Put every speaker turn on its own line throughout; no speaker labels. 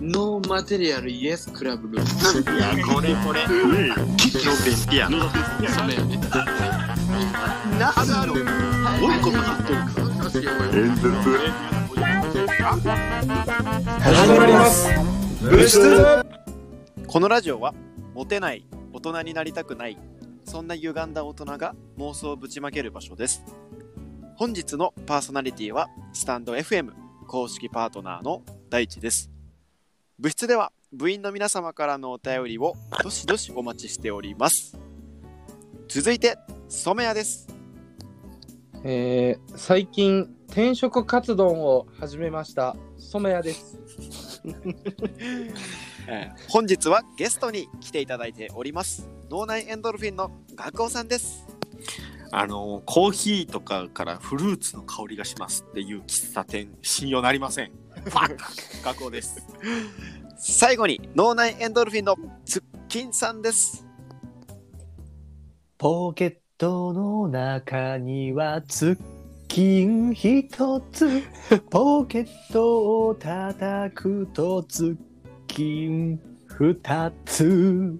ノーマテリアルイエスクラブルー
いや、これこれ。吉野弁ってや。
そうだよね。
なだろう。おいこと言ってる
演説
始まります物質
このラジオはモテない大人になりたくないそんな歪んだ大人が妄想をぶちまける場所です本日のパーソナリティはスタンド FM 公式パートナーの大地です部室では部員の皆様からのお便りをどしどしお待ちしております続いて染谷です
えー、最近転職活動を始めました染谷です
本日はゲストに来ていただいております脳内エンドルフィンの学尾さんです
あの、コーヒーとかからフルーツの香りがしますっていう喫茶店、信用なり ません。ファック学校です。
最後に脳内エンドルフィンのツッキンさんです
ポケットの中にはツッキン一つ。ポケットを叩くとツッキン二つ。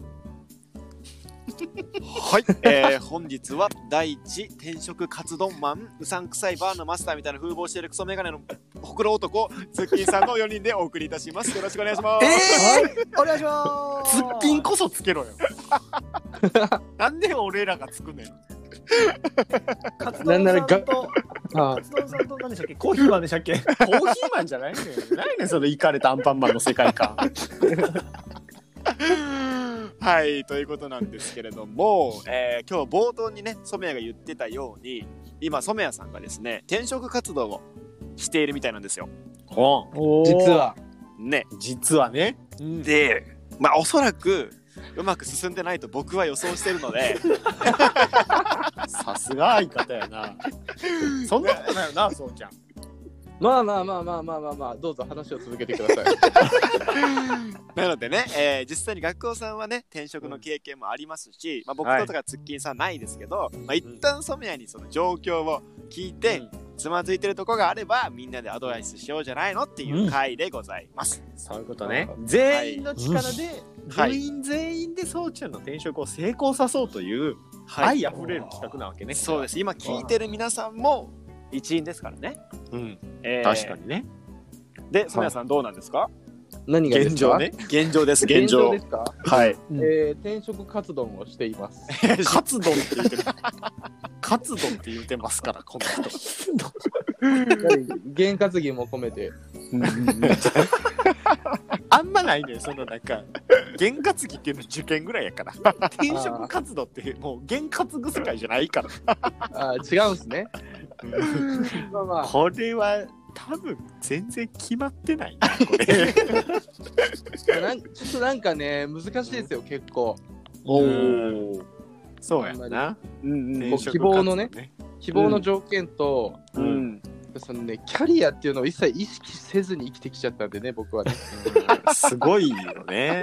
はい、えー、本日は第一転職活動マンうさんくさいバーのマスターみたいな風貌してるクソメガネのほくろ男ツッキンさんの4人でお送りいたしますよろしくお願いします
お願いします。
ツッキンこそつけろよ。なんで俺らがつくねん。
カツ
なんならが
と、
あ
カツ丼さんと何でしたっけコーヒーマンでしたっけ
コーヒーマンじゃないねん。ないねん、そのイカれたアンパンマンの世界観。
はいということなんですけれども、えー今日冒頭にね染谷が言ってたように今染谷さんがですね転職活動をしているみたいなんですよ
ほ
おー
実。は
ね
ん。実はね。
でまあおそらくうまく進んでないと僕は予想してるので
さすが相方やな。そんなことないよな、そうちゃん。
まあまあまあまあまあまあ、まあ、どうぞ話を続けてください
なのでね、えー実際に学校さんはね転職の経験もありますし、まあ、僕
はい
ととかツッキンさんないですけど、まあ、一旦染谷にその状況を聞いて、
うん
つまずいてるとこがあればみんなでアドバイスしようじゃないのっていう回でございます。
そういうことね。全員の力で、
はい
部員全員でそうちゃんの転職を成功さそうという
はい
愛あふれる企画なわけね。
そうです今聞いてる皆さんも一員ですからね。
うん。
えー
確かにね。
で、染谷さんどうなんですか
何がですか。
現状です、
現
現
状
状
で。すか、
はい。
えー、転職活動をしてい ます
カツ丼って言ってる。カツ丼って言ってますから、この人。
験担ぎも込めて
あんまないねそのなんか験担ぎっていうの受験ぐらいやから転職活動ってもう験担ぐ世界じゃないから
あー違うんすねまあまあ
これは多分全然決まってないなこれ
なんちょっとなんかね難しいですよ結構
おおそうやんな
うんうん
こう希望のね
転職活
希望の条件と、
動うん
そのねキャリアっていうのを一切意識せずに生きてきちゃったんでね僕はね
すごいよね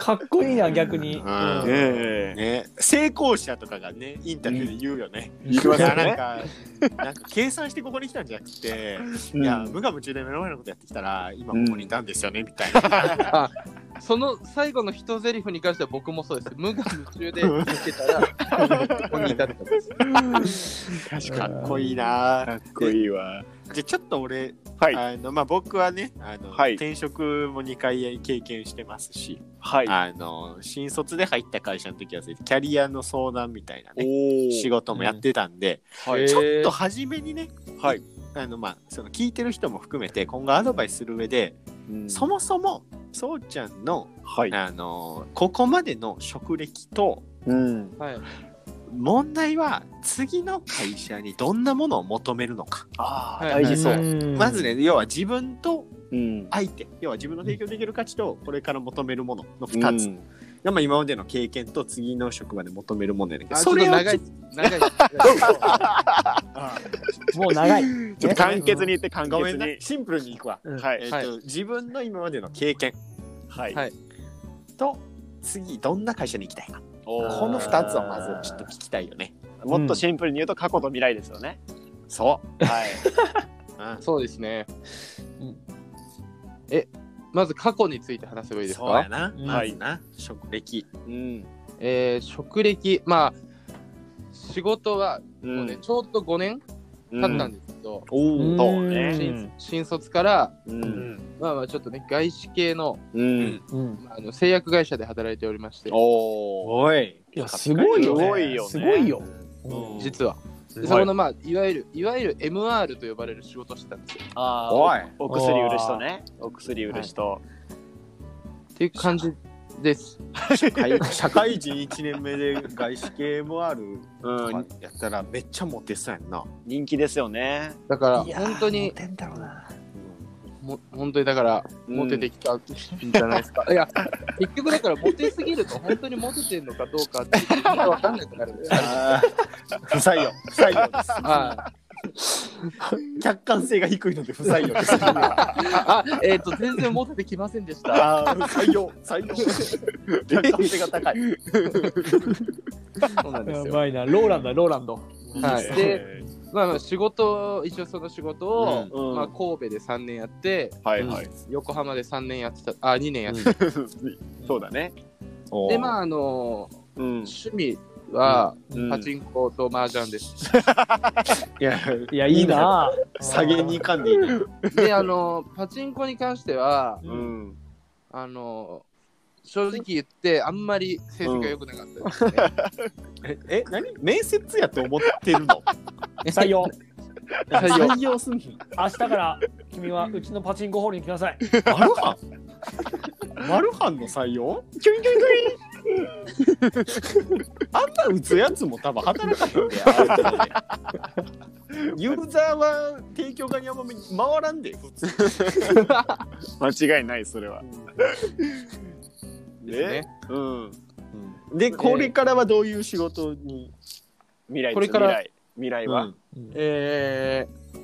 かっこいいな、逆に。
うん
うん
ええ
ね成功者とかがねインタビューで言うよね、
言いますよね
いやなんかなん か計算してここに来たんじゃなくて、いや無我夢中で目の前のことやってきたら今ここにいたんですよね、みたいな
その最後の一ゼリフに関しては僕もそうです無我夢中で見てたらここにいたってことです
確かっこいいなかっこいいわじゃあちょっと俺、
はい
あのまあ、僕はねあの、
はい
転職も2回経験してますし、
はい。
あの新卒で入った会社の時はキャリアの相談みたいなね
お
仕事もやってたんで、
はい
ちょっと初めにね、
はい
あのまあ、その聞いてる人も含めて今後アドバイスする上で、そもそもそうちゃんの、
はい。
あのここまでの職歴と
うん。
はい
問題は次の会社にどんなものを求めるのか
ああ、
はい
大事そう。
まずね、要は自分と
うん。
相手、要は自分の提供できる価値とこれから求めるものの
二
2つ。まあ今までの経験と次の職場で求めるものやねんけど、
あちょっと
を
長い長い
もう長い。
ちょっと簡潔に言って、簡
ご
潔
めんな
に。
シンプルにいくわ。
うん
はい。
えっ
はい
と自分の今までの経験
はい
はい
と次どんな会社に行きたいか、
おー
この2つをまずちょっと聞きたいよね。
もっとシンプルに言うと過去と未来ですよね。
そ
はい。
うん
そうですね。え、まず過去について話せばいいです
そうや
か
な、
うん
まずな職歴
うん。
えー、職歴、まあ、仕事は
う
もうね、ちょうど5年経ったんですけど、
おお
そうね
新新卒から、
う。
うんん。
まあまあちょっとね、外資系の
うん。
うん。
まああの製薬会社で働いておりまして、
おお。
おい
いや、すごいよね。
すごいよね
すごいよ。
うん
実は。
う
で
ん
そこの、まあ、いわゆる、いわゆる MR と呼ばれる仕事をしてたんですよ。
あ
おい
ーおお薬売る人ね。お薬売る人。
っていう感じです。
社会 社会人1年目で外資系 MR
う
と
ん。
かやったらめっちゃモテそうやんな、
人気ですよね。
だから、本当に、も本当にだから、モテてきたんじゃないですか。いや、結局だから、モテすぎると、本当にモテてんのかどうかって、分かんなくなるんですよ。
あー 不採用不採用です
あ
客観性が低いので不採用です
あ、えっ、と、全然モテてきませんでした。
あー採用採用客観性が高い
そうなんです
や
よ。
ばいな、ローランドだ、ローランド。
はい
いい
でまあ、まあ仕事を、一応その仕事を、
うん
まあ、神戸で3年やって、
はいはい。
横浜で3年やってた、あ、2年やってた。
そうだね。
で、まあ、あの
うん。
趣味は、
うん
パチンコと麻雀です。
いや
いや、いいな。
下げに行かんでいいね
で、あのパチンコに関しては、
う。
うんん。
あの正直言って、あんまり成績が良くなかったですね。
ええ何面接やと思ってるの
採用。
採用
採用すんの
明日から君はうちのパチンコホールに来なさい。
マルハンマルハンの採用キュインキュインキュインあんな打つやつも多分働かへんである程度でユーザーは提供側にあんま回らんで普通
間違いない、それは。
ですね
うん。
でこれからはどういう仕事に、
未来
これから
未来未来は。
えー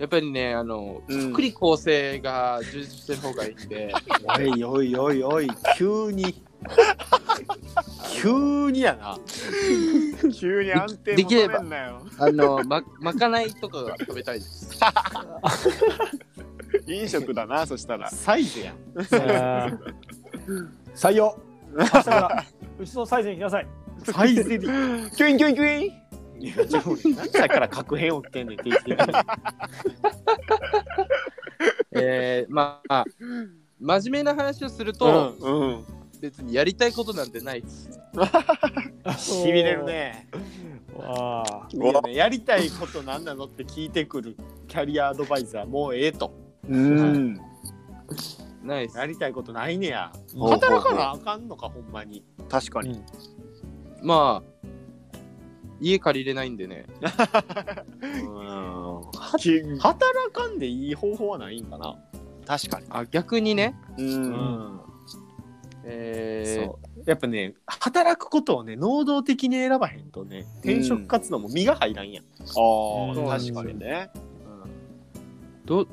やっぱりね、あの、
うん
福利厚生が充実してる方がいいんで、
おいおいおいおい急に急にやな
急に安定
できれば
求めんなよ。
あの、ま、まかないとかが食べたいです。
飲食だな、そしたら。
サイズやん
採用。明日からうちのサイズに来なさい。
サイズで
キュインキュインキュイン
いやじゃあ俺何歳から確変起きてんねん定期的に
えーまあ、真面目な話をする
う
と、
ん
うん。
別にやりたいことなんてないです。
しびれるね
わあ。
いいよねやりたいことなんなのって聞いてくるキャリアアドバイザーもうええと
うん。
ないです
や。りたいことないねや
ほうほうほう
働かなあかんのかほんまに
確か
う
に。
ん
まあ、家借りれないんでね。
は
キュイン
働かんでいい方法はないんかな
確かに。
あ、逆にね、
う。
うんん
え
そうやっぱね働くことをね能動的に選ばへんとね転職活動も身が入らんやん、
あ
うん
あ、確かにね。
ー、ど、
う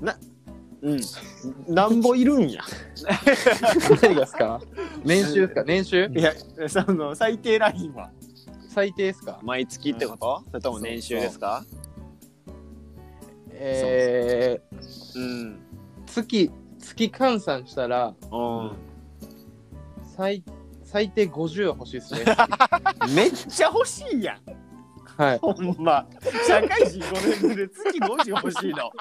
ん。
なんぼいるんや
何がですか年収ですか年収
いやその最低ラインは
最低ですか
毎月ってことそれとも年収ですか
えー、
うん。
月、月換算したら、
う
最、最低50は欲しい ですね。
めっちゃ欲しいやん
はい。
ほんま社会人5年目で月5時欲しいの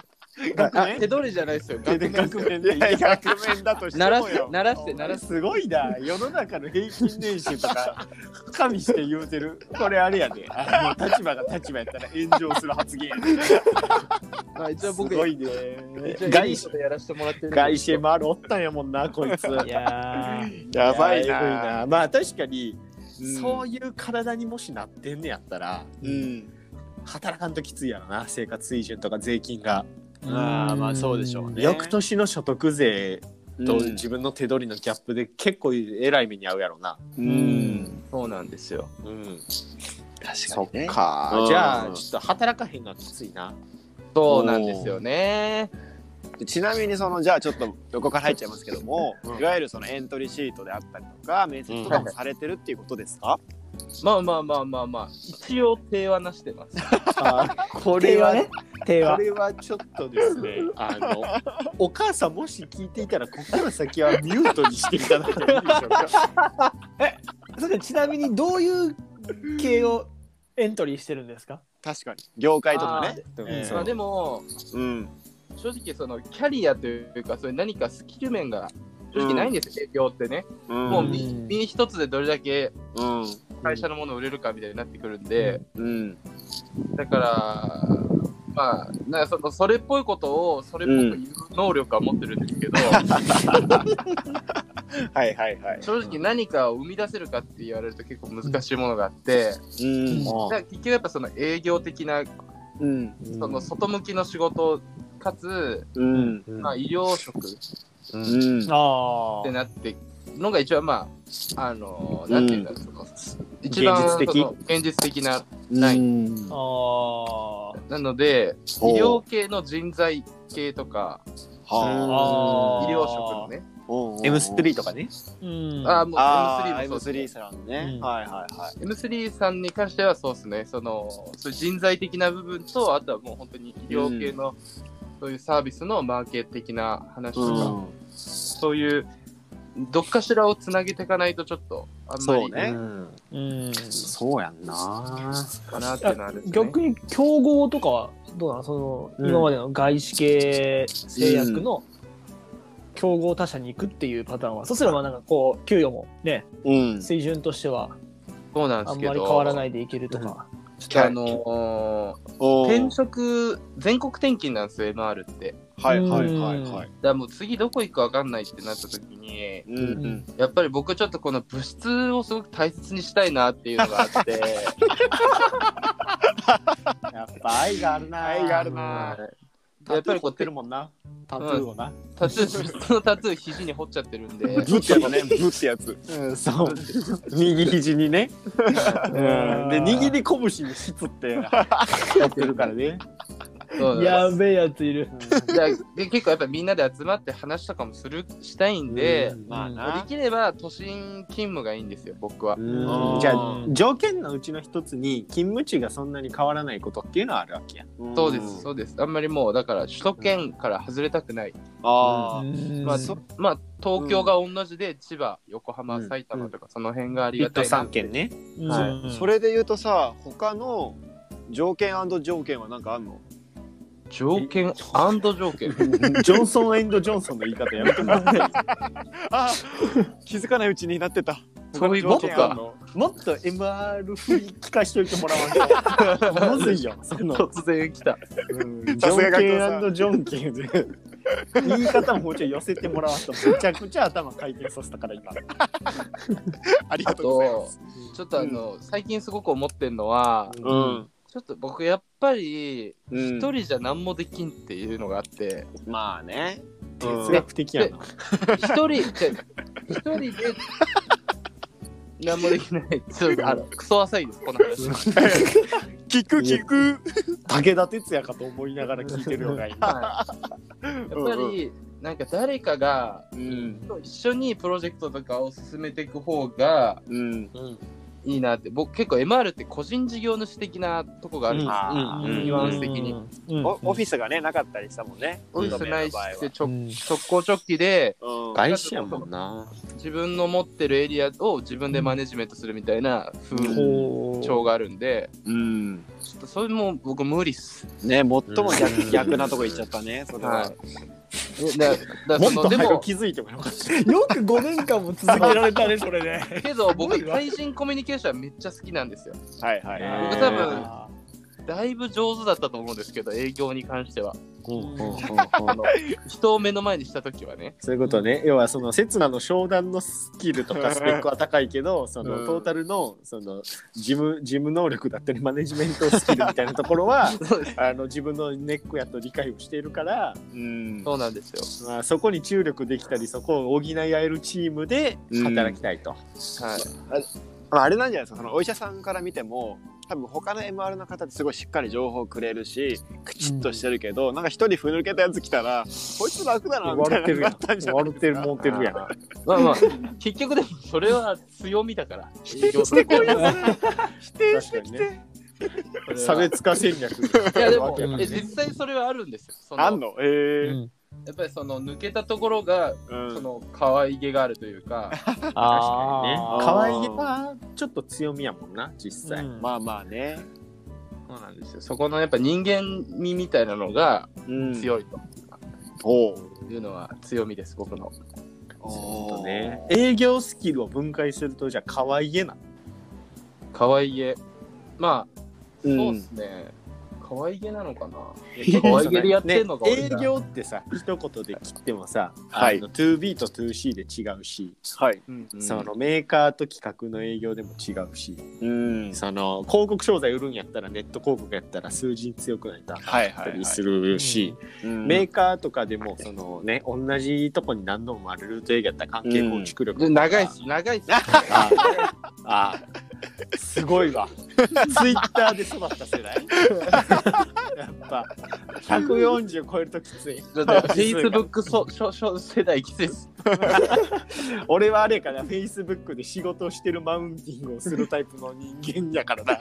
学
あ、
年
手取りじゃないですよ。
手で学年で
ん。いや、100面だとして
鳴ら
も
して
よ、。
鳴らして、鳴らして。
すごいな世の中の平均年収とか加味して言うてるこれあれやであの立場が立場やったら炎上する発言やで
まあ、一応
す
僕、
ごいね
一応
外
外
資
資でやらせてもらってるんで。
外資 MR おったんやもんなこいつ
いや
やばい
やえぐ
な。
まあ確かに、
うん
そういう体にもしなってんねやったら
うん。
働かんときついやろな生活水準とか税金が、
ー。
ああ、まあそうでしょうね。
翌年の所得税と
うん
自分の手取りのギャップで結構えらい目に遭うやろな。
う。
うんん。
そうなんですよ。
うん、そ
確
っ
かにね。
か
うん
じゃあちょっと働かへんのはきついな。
そうなんですよね。
ちなみにそのじゃあちょっと横から入っちゃいますけども、
うん
いわゆるそのエントリーシートであったりとか面接とかもされてるっていうことですか、
まあまあまあまあまあ、一応手はなしてます。
あーこれは
手はね手
こ
は。
れはちょっとですね、あの、お母さんもし聞いていたら、ここから先はミュートにしていただいてもいいでしょう か。
それちなみにどういう系をエントリーしてるんですか
確かに。業界とかね。
あー
え
まあ
ー
でも
うん。
正直そのキャリアというかそういう何かスキル面が正直ないんですよ、営業ってね。
うん。
もう
み
身身一つでどれだけ
うん。
会社のものを売れるかみたいになってくるんで、
うん。
だから、まあ、なんかそのそれっぽいことをそれっぽく言う能力は持ってるんですけど、
はいはいはい。
正直何かを生み出せるかって言われると結構難しいものがあって、
うん。
だから結局やっぱその営業的な
うん。
その外向きの仕事かつ、
うん。
うん
まあ、医療職っ
うん。
あ
て
ー
なってのが一番まああのなんていうんだろう、その一
現
番
実的
その現実的な
ない。
あー
なので医
ほう
療系の人材系とか
は
あー
医療職のね
あ。
M3 とかね。
うん
あーもう
あ
M3
あ、
もそうで
M3
す
さんね
う。ん
はいはいはい。
M3 さんに関してはそうですねそのそういう人材的な部分とあとはもう本当に医療系の、そういうサービスのマーケ的な話とか、
うん
そういうどっかしらをつなげていかないとちょっとあんま
そう
り
ね。
うん
そうやんな。
かなっていうのはあるんですよね
逆に競合とかはどうなのその今までの外資系製薬の競合他社に行くっていうパターンは、そうすればなんかこう給与もね
うん。
水準としては
そうなんで
あ
す
ん
けど
まり変わら
い
ないでいけるとか、
あのー
お
転
ー
職全国転勤なんですよ MR って
はいはいはいはい。
だからもう次どこ行くか分かんないってなった時に
うんうん。
やっぱり僕はちょっとこの物質をすごく大切にしたいなっていうのがあって
やっぱ 愛があるな。
愛がある
は
な。
いでやっぱりこ
凝
う
ってるもんな。タトゥーをな。
タトゥ ー物質のタトゥー肘に彫っちゃってるんで
ブってやつね。ブってやつ。
うん、そう。右肘にね。うん。で、握り拳に質 ってやってるからね。
そうな
や
んです
べえやついる、
だからで結構やっぱみんなで集まって話とかもするしたいんで
まあ
で
な。
きれば都心勤務がいいんですよ僕は
ん
じゃあ、条件のうちの一つに、勤務地がそんなに変わらないことっていうのはあるわけや。
そうです、そうです。あんまりもう、だから首都圏から外れたくない。
ああ。
うん
まあ、
そ
まあ、東京が同じで、千葉、横
う
浜
ん、
埼玉とか、その辺があり
一
がた
都
いな
三。県ね。
うん
それで言うとさ、他の条件条件はなんかあんの
条件、アンド条 件。
ジョンソンエンドジョンソンの言い方やめてもらっていい。
あ気づかないうちにな ってた。
そういうことか。
もっと MR 風に聞かしといてもらわない と。まずいよ。その、
突然来た。
うん、ジ
さすが
ョンケ
学校さ
ンジョンケンで。言い方ももうちょい寄せてもらわんと、めちゃくちゃ頭回転させたから今。
あり
あ
がとうございま
と
す。、
ちょっとあの、最近すごく思ってんのは、
うん。
ちょっと僕、やっぱり、
うん
一人じゃ何もできんっていうのがあって、
まあね。
哲学的やな。
一人、じゃ一人で、何もできない。ちょっと、あの、クソ浅いです、この話。
聞く聞く。
武田鉄矢かと思いながら聞いてるのが今。
はいやっぱりなんか誰かが
うん。
一緒にプロジェクトとかを進めていく方が
うん。
いいなって僕結構 MR って個人事業主的なとこがあるんです
あ
うん
ー
ニュアンス的に
うん
おオフィスがね、なかったりしたもんね。
オフィスないし
う
直
うん
直行直帰で
ん
外資やもん
な。
自分の持ってるエリアを自分でマネジメントするみたいな風
ほう
潮があるんで
うん。
ちょっとそれも僕無理っす。
ね、最も逆逆なとこ行っちゃったね。それは。
はいだだ
も
そ
っ
の
と
で
早く
も
気づいてもよかった。
よく5年間も続けられたねそれね
けど僕
すごいわ
対人コミュニケーションはめっちゃ好きなんですよ。
はいはいはい。
僕多分だいぶ上手だったと思うんですけど営業に関しては。あの人を目の前にした時はね
そういうことね、要はその刹那の商談のスキルとかスペックは高いけどその、
うん
トータルのその事務事務能力だったりマネジメントスキルみたいなとこ ろはあの自分のネックやと理解をしているから、
うん。
そうなんですよ、
まあ、そこに注力できたりそこを補い合えるチームで働きたいと。
はい、
まああれなんじゃないですかそのお医者さんから見ても多分他の MR の方ってすごいしっかり情報をくれるしクチッとしてるけど、なんか一人ふぬけたやつ来たらこいつ楽だなみたい
笑っ
な
てる
のが
や
あ ったんじゃ
ん。
ない
笑ってる、もってるやん。
あーまあまあ結 局でもそれは強みだから営業
否定してこいよ
確
それ否定してきて、
かにね
差
差
別
別化戦略。
いやでも、
うん
え実際それ はあるんですよ。その
あんのええ
やっぱりその抜けたところが、
うん
その可愛げがあるというか、
ね
あー
か
可
わい
愛げはちょっと強みやもんな実際。
まあまあね。
そうなんですよ。そこのやっぱ人間味みたいなのが
うん
強いと
お
いうのは強みです、僕の。
お。
とね
営業スキルを分解するとじゃあ可愛げな。
可愛げ。まあ、
うん
そうですね。可愛げなのかな。可
可
愛
愛
げ
げ
でやってんのか
ね
俺
営
ら
業ってさ一言で切ってもさ、
はい
あの 2B と 2C で違うし、
はい。
そのメーカーと企画の営業でも違うし、
うん。
その広告商材売るんやったらネット広告やったら数字に強くないとあかんか
はい
っ
は
た
い、
りするし、メ
メ
ーカーとかでもそのね同じとこに何度もあるルート営業やったら関係構築力と
で
か
長いし、長いし。
ああすごいわツイッターで育った世代やっぱ140超えるときつい
フェイスブックそ 少々世代きついです。
俺はあれかなフェイスブックで仕事をしてるマウンティングをするタイプの人間やからな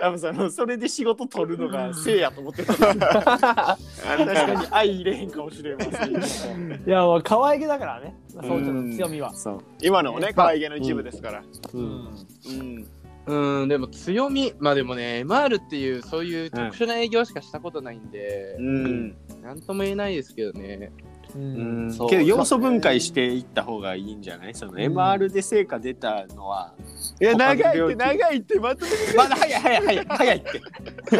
やっぱそのそれで仕事取るのがせいやと思ってた確かに愛入れへんかもしれませんけ
い
ど
や、まあ可愛げだからね。まあそうちゃんの強みは。
そう
今のもね、可愛げの一部ですから。
うん
うん。
うん、でも強み、まあでもね、MR っていうそういう特殊な営業しかしたことないんで、
うん。
なんとも言えないですけどね。
うん
そう
けど要素分解していった方がいいんじゃないその MR で成果出たのは、
いや、
他
長い
の
って
領域
長いって、まとめて
まだ早い早い早い早いって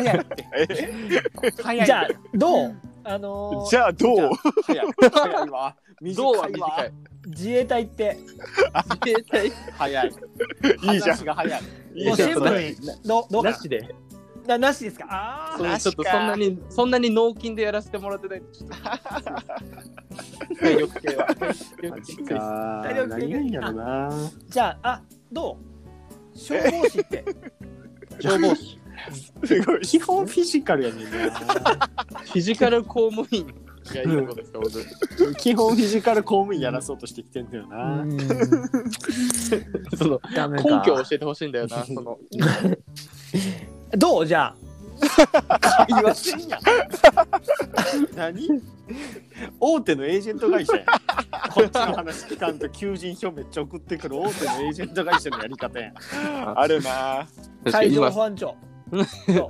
早いって。
早い
じゃあ、どうあのー
じゃあどう
早い早いわ短
どうはい短
わ
い。
自衛隊って、
自衛隊
早い
いいじゃん
話が早い
い
も
いうじ
シ
ゃん
ンプルに、どどう
なしで。
ななしですかあ
そう
マジ
ちょっと
か
そんなにそんなに納金でやらせてもらってないんでちょっと体力系は体力系きついです
か
何がいいんやろ
な
ーじゃあ、あ、どう消防士 って。
消防士
すごい。
基本フィジカルやねんな
フィジカル公務員がいいとこですか僕
基本フィジカル公務員やらそうとしてきてんだよな、
その
ダメ
根
か
拠を教えてほしいんだよなその
どうじゃ
言わせんやん何大手のエージェント会社やんこっちの話聞かんと求人票めっちゃ送ってくる大手のエージェント会社のやり方やん
あるな。
あ
確か
海
に
上
今
保安庁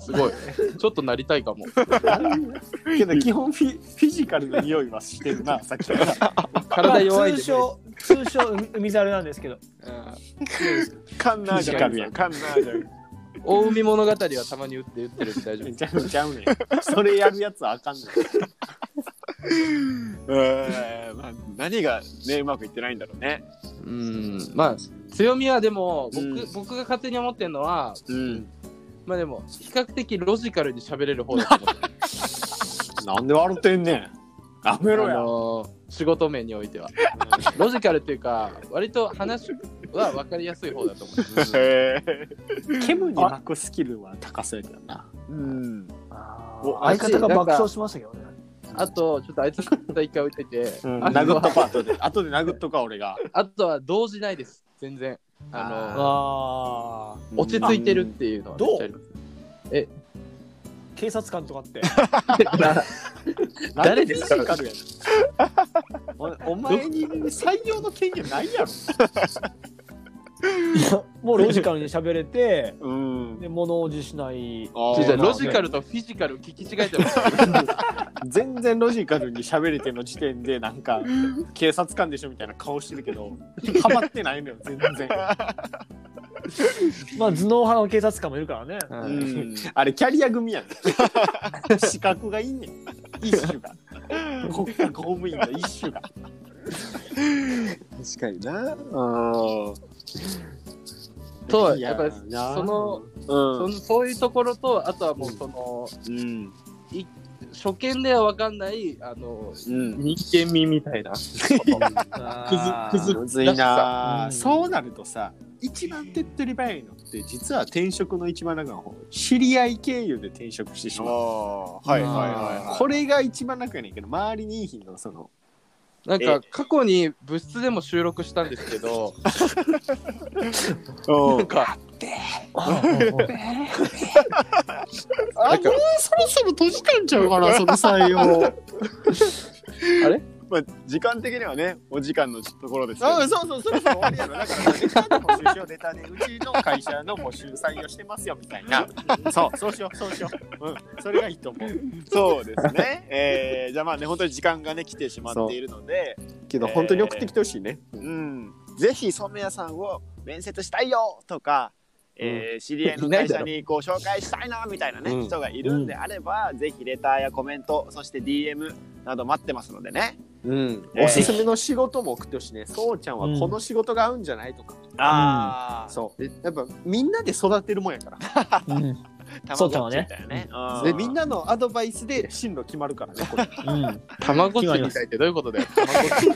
すごいちょっとなりたいかも
けど基本フィフィジカルの匂いはしてるなさっきから
まあ
体弱いけ
通
ど
称通称海海猿なんですけど
うん
カンナーじゃん。カンナーじゃん。
大海物語はたまに打って打ってるんで大丈夫
ちゃうちゃうねんそれやるやつはあかんねん
うんまあ何がね、うまくいってないんだろうね。
うんまあ強みはでも僕,、
うん
僕が勝手に思ってるのは
うん。
まあでも比較的ロジカルに喋れる方だと思って
なんで笑ってんねんやめろ
あ
や
のー仕事面においてはロジカルっていうか割と話は分かりやすい方だ と思う
へえ。
煙に巻くスキルは高そうやけどな
うん。
お
あい
相
つ
方が爆笑しましたけどね
あとちょっとあいつの問題一回置いてて、あと
殴っと
は
か後で後で殴っとか俺が
あとは動じないです全然あの
ああ
落ち着いてるっていうのはめっちゃあります
警察官とかって
誰ですか
なんフィジカルやねんおお前に採用の権限ないやろ
もうロジカルに喋れて
うん
で物おじしない
あ
違う違う
ー
ロジカルとフィジカルを聞き違えてます
全然ロジカルに喋れての時点でなんか警察官でしょみたいな顔してるけどハマってないのよ全然
まあ頭脳派の警察官もいるからね
うん。
あれキャリア組やねん資格がいいねん一種が国家公務員の一種が
確かにな。
と
いや
やっぱりその
う
そ
ん。
のそういうところとあとはもうその
うん。
初見では分かんないあの
うん。
人間味みたいな
く
くずくず
むずいなあ、
うん
そうなるとさ一番手っ取り早いのって実は転職の一番楽な方知り合い経由で転職してし
あ
まう
あ。はいはいはいはい。
これが一番楽やねんけど周りにいいのその
なんか過去に部室でも収録したんですけど
う
なんんか
あ、もうそろそろ閉じたんちゃうか な、その採用。
まあ、時間的にはね、お時間のところですけど。
あそうそう、そろそろ終わりやろ。だから、ネタで募集しよう、ネタで。うちの会社の募集採用してますよ、みたい な。そう、そうしよう、そうしよう。うん、それがいいと思う。
そうですね。 えー、じゃあまあね、本当に時間がね、来てしまっているので、
けど、
えー
本当に送ってきてほしいね。
うん、ぜひ染谷さんを面接したいよとか、えー知り合いの会社にご紹介したいなみたいなね、
うん
人がいるんであれば、ぜひレターやコメント、そして DM など待ってますのでね。
うん。
えー
おすすめの仕事も送ってほしいね。そうちゃんはこの仕事が合うんじゃないとか。
あー、
そう。やっぱ、みんなで育てるもんやか
う
ら。
んそうちゃんはね
たまごっちみたいなね。
で、みんなのアドバイスで進路決まるからね、こ れ。
うん
たまごっちみたいってどういうことだよ。たまごっち。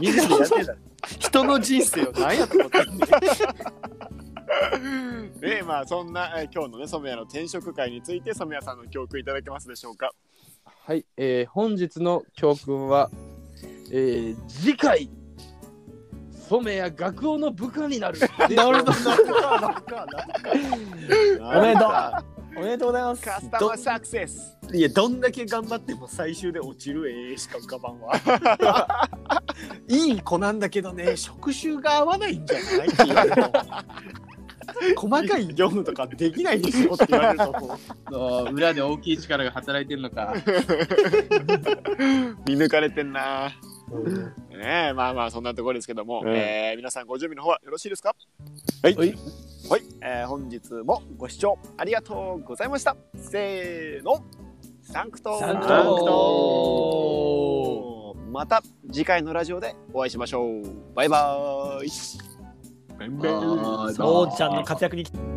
みんなでやってた。人の人生を何やと思ってんの
で、まあ、そんな、えー今日のね、染谷の転職会について、染谷さんの教訓いただけますでしょうか。
はい、えー、本日の教訓は、えー、次回、染谷学王の部下に なる。
なるほど、なるほど、なんか、
おめでとうおめでとうございます
カスタマーサクセス
いや、どんだけ頑張っても最終で落ちるええしか浮かばん わ。いい子なんだけどね、職種が合わないんじゃないって言われると。細かい業務とかできないでし ょって言われるとこ
の裏で大きい力が働いてるのか。
見抜かれてんな。ねえ、まあまあ、そんなところですけども、
うん
えー皆さんご準備の方はよろしいですか
はい
はい、はいえー本日もご視聴ありがとうございました。せーの、サンクト
サンク
ト
ーまた次回のラジオでお会いしましょう。バイバーイ。
父ちゃんの活躍に期待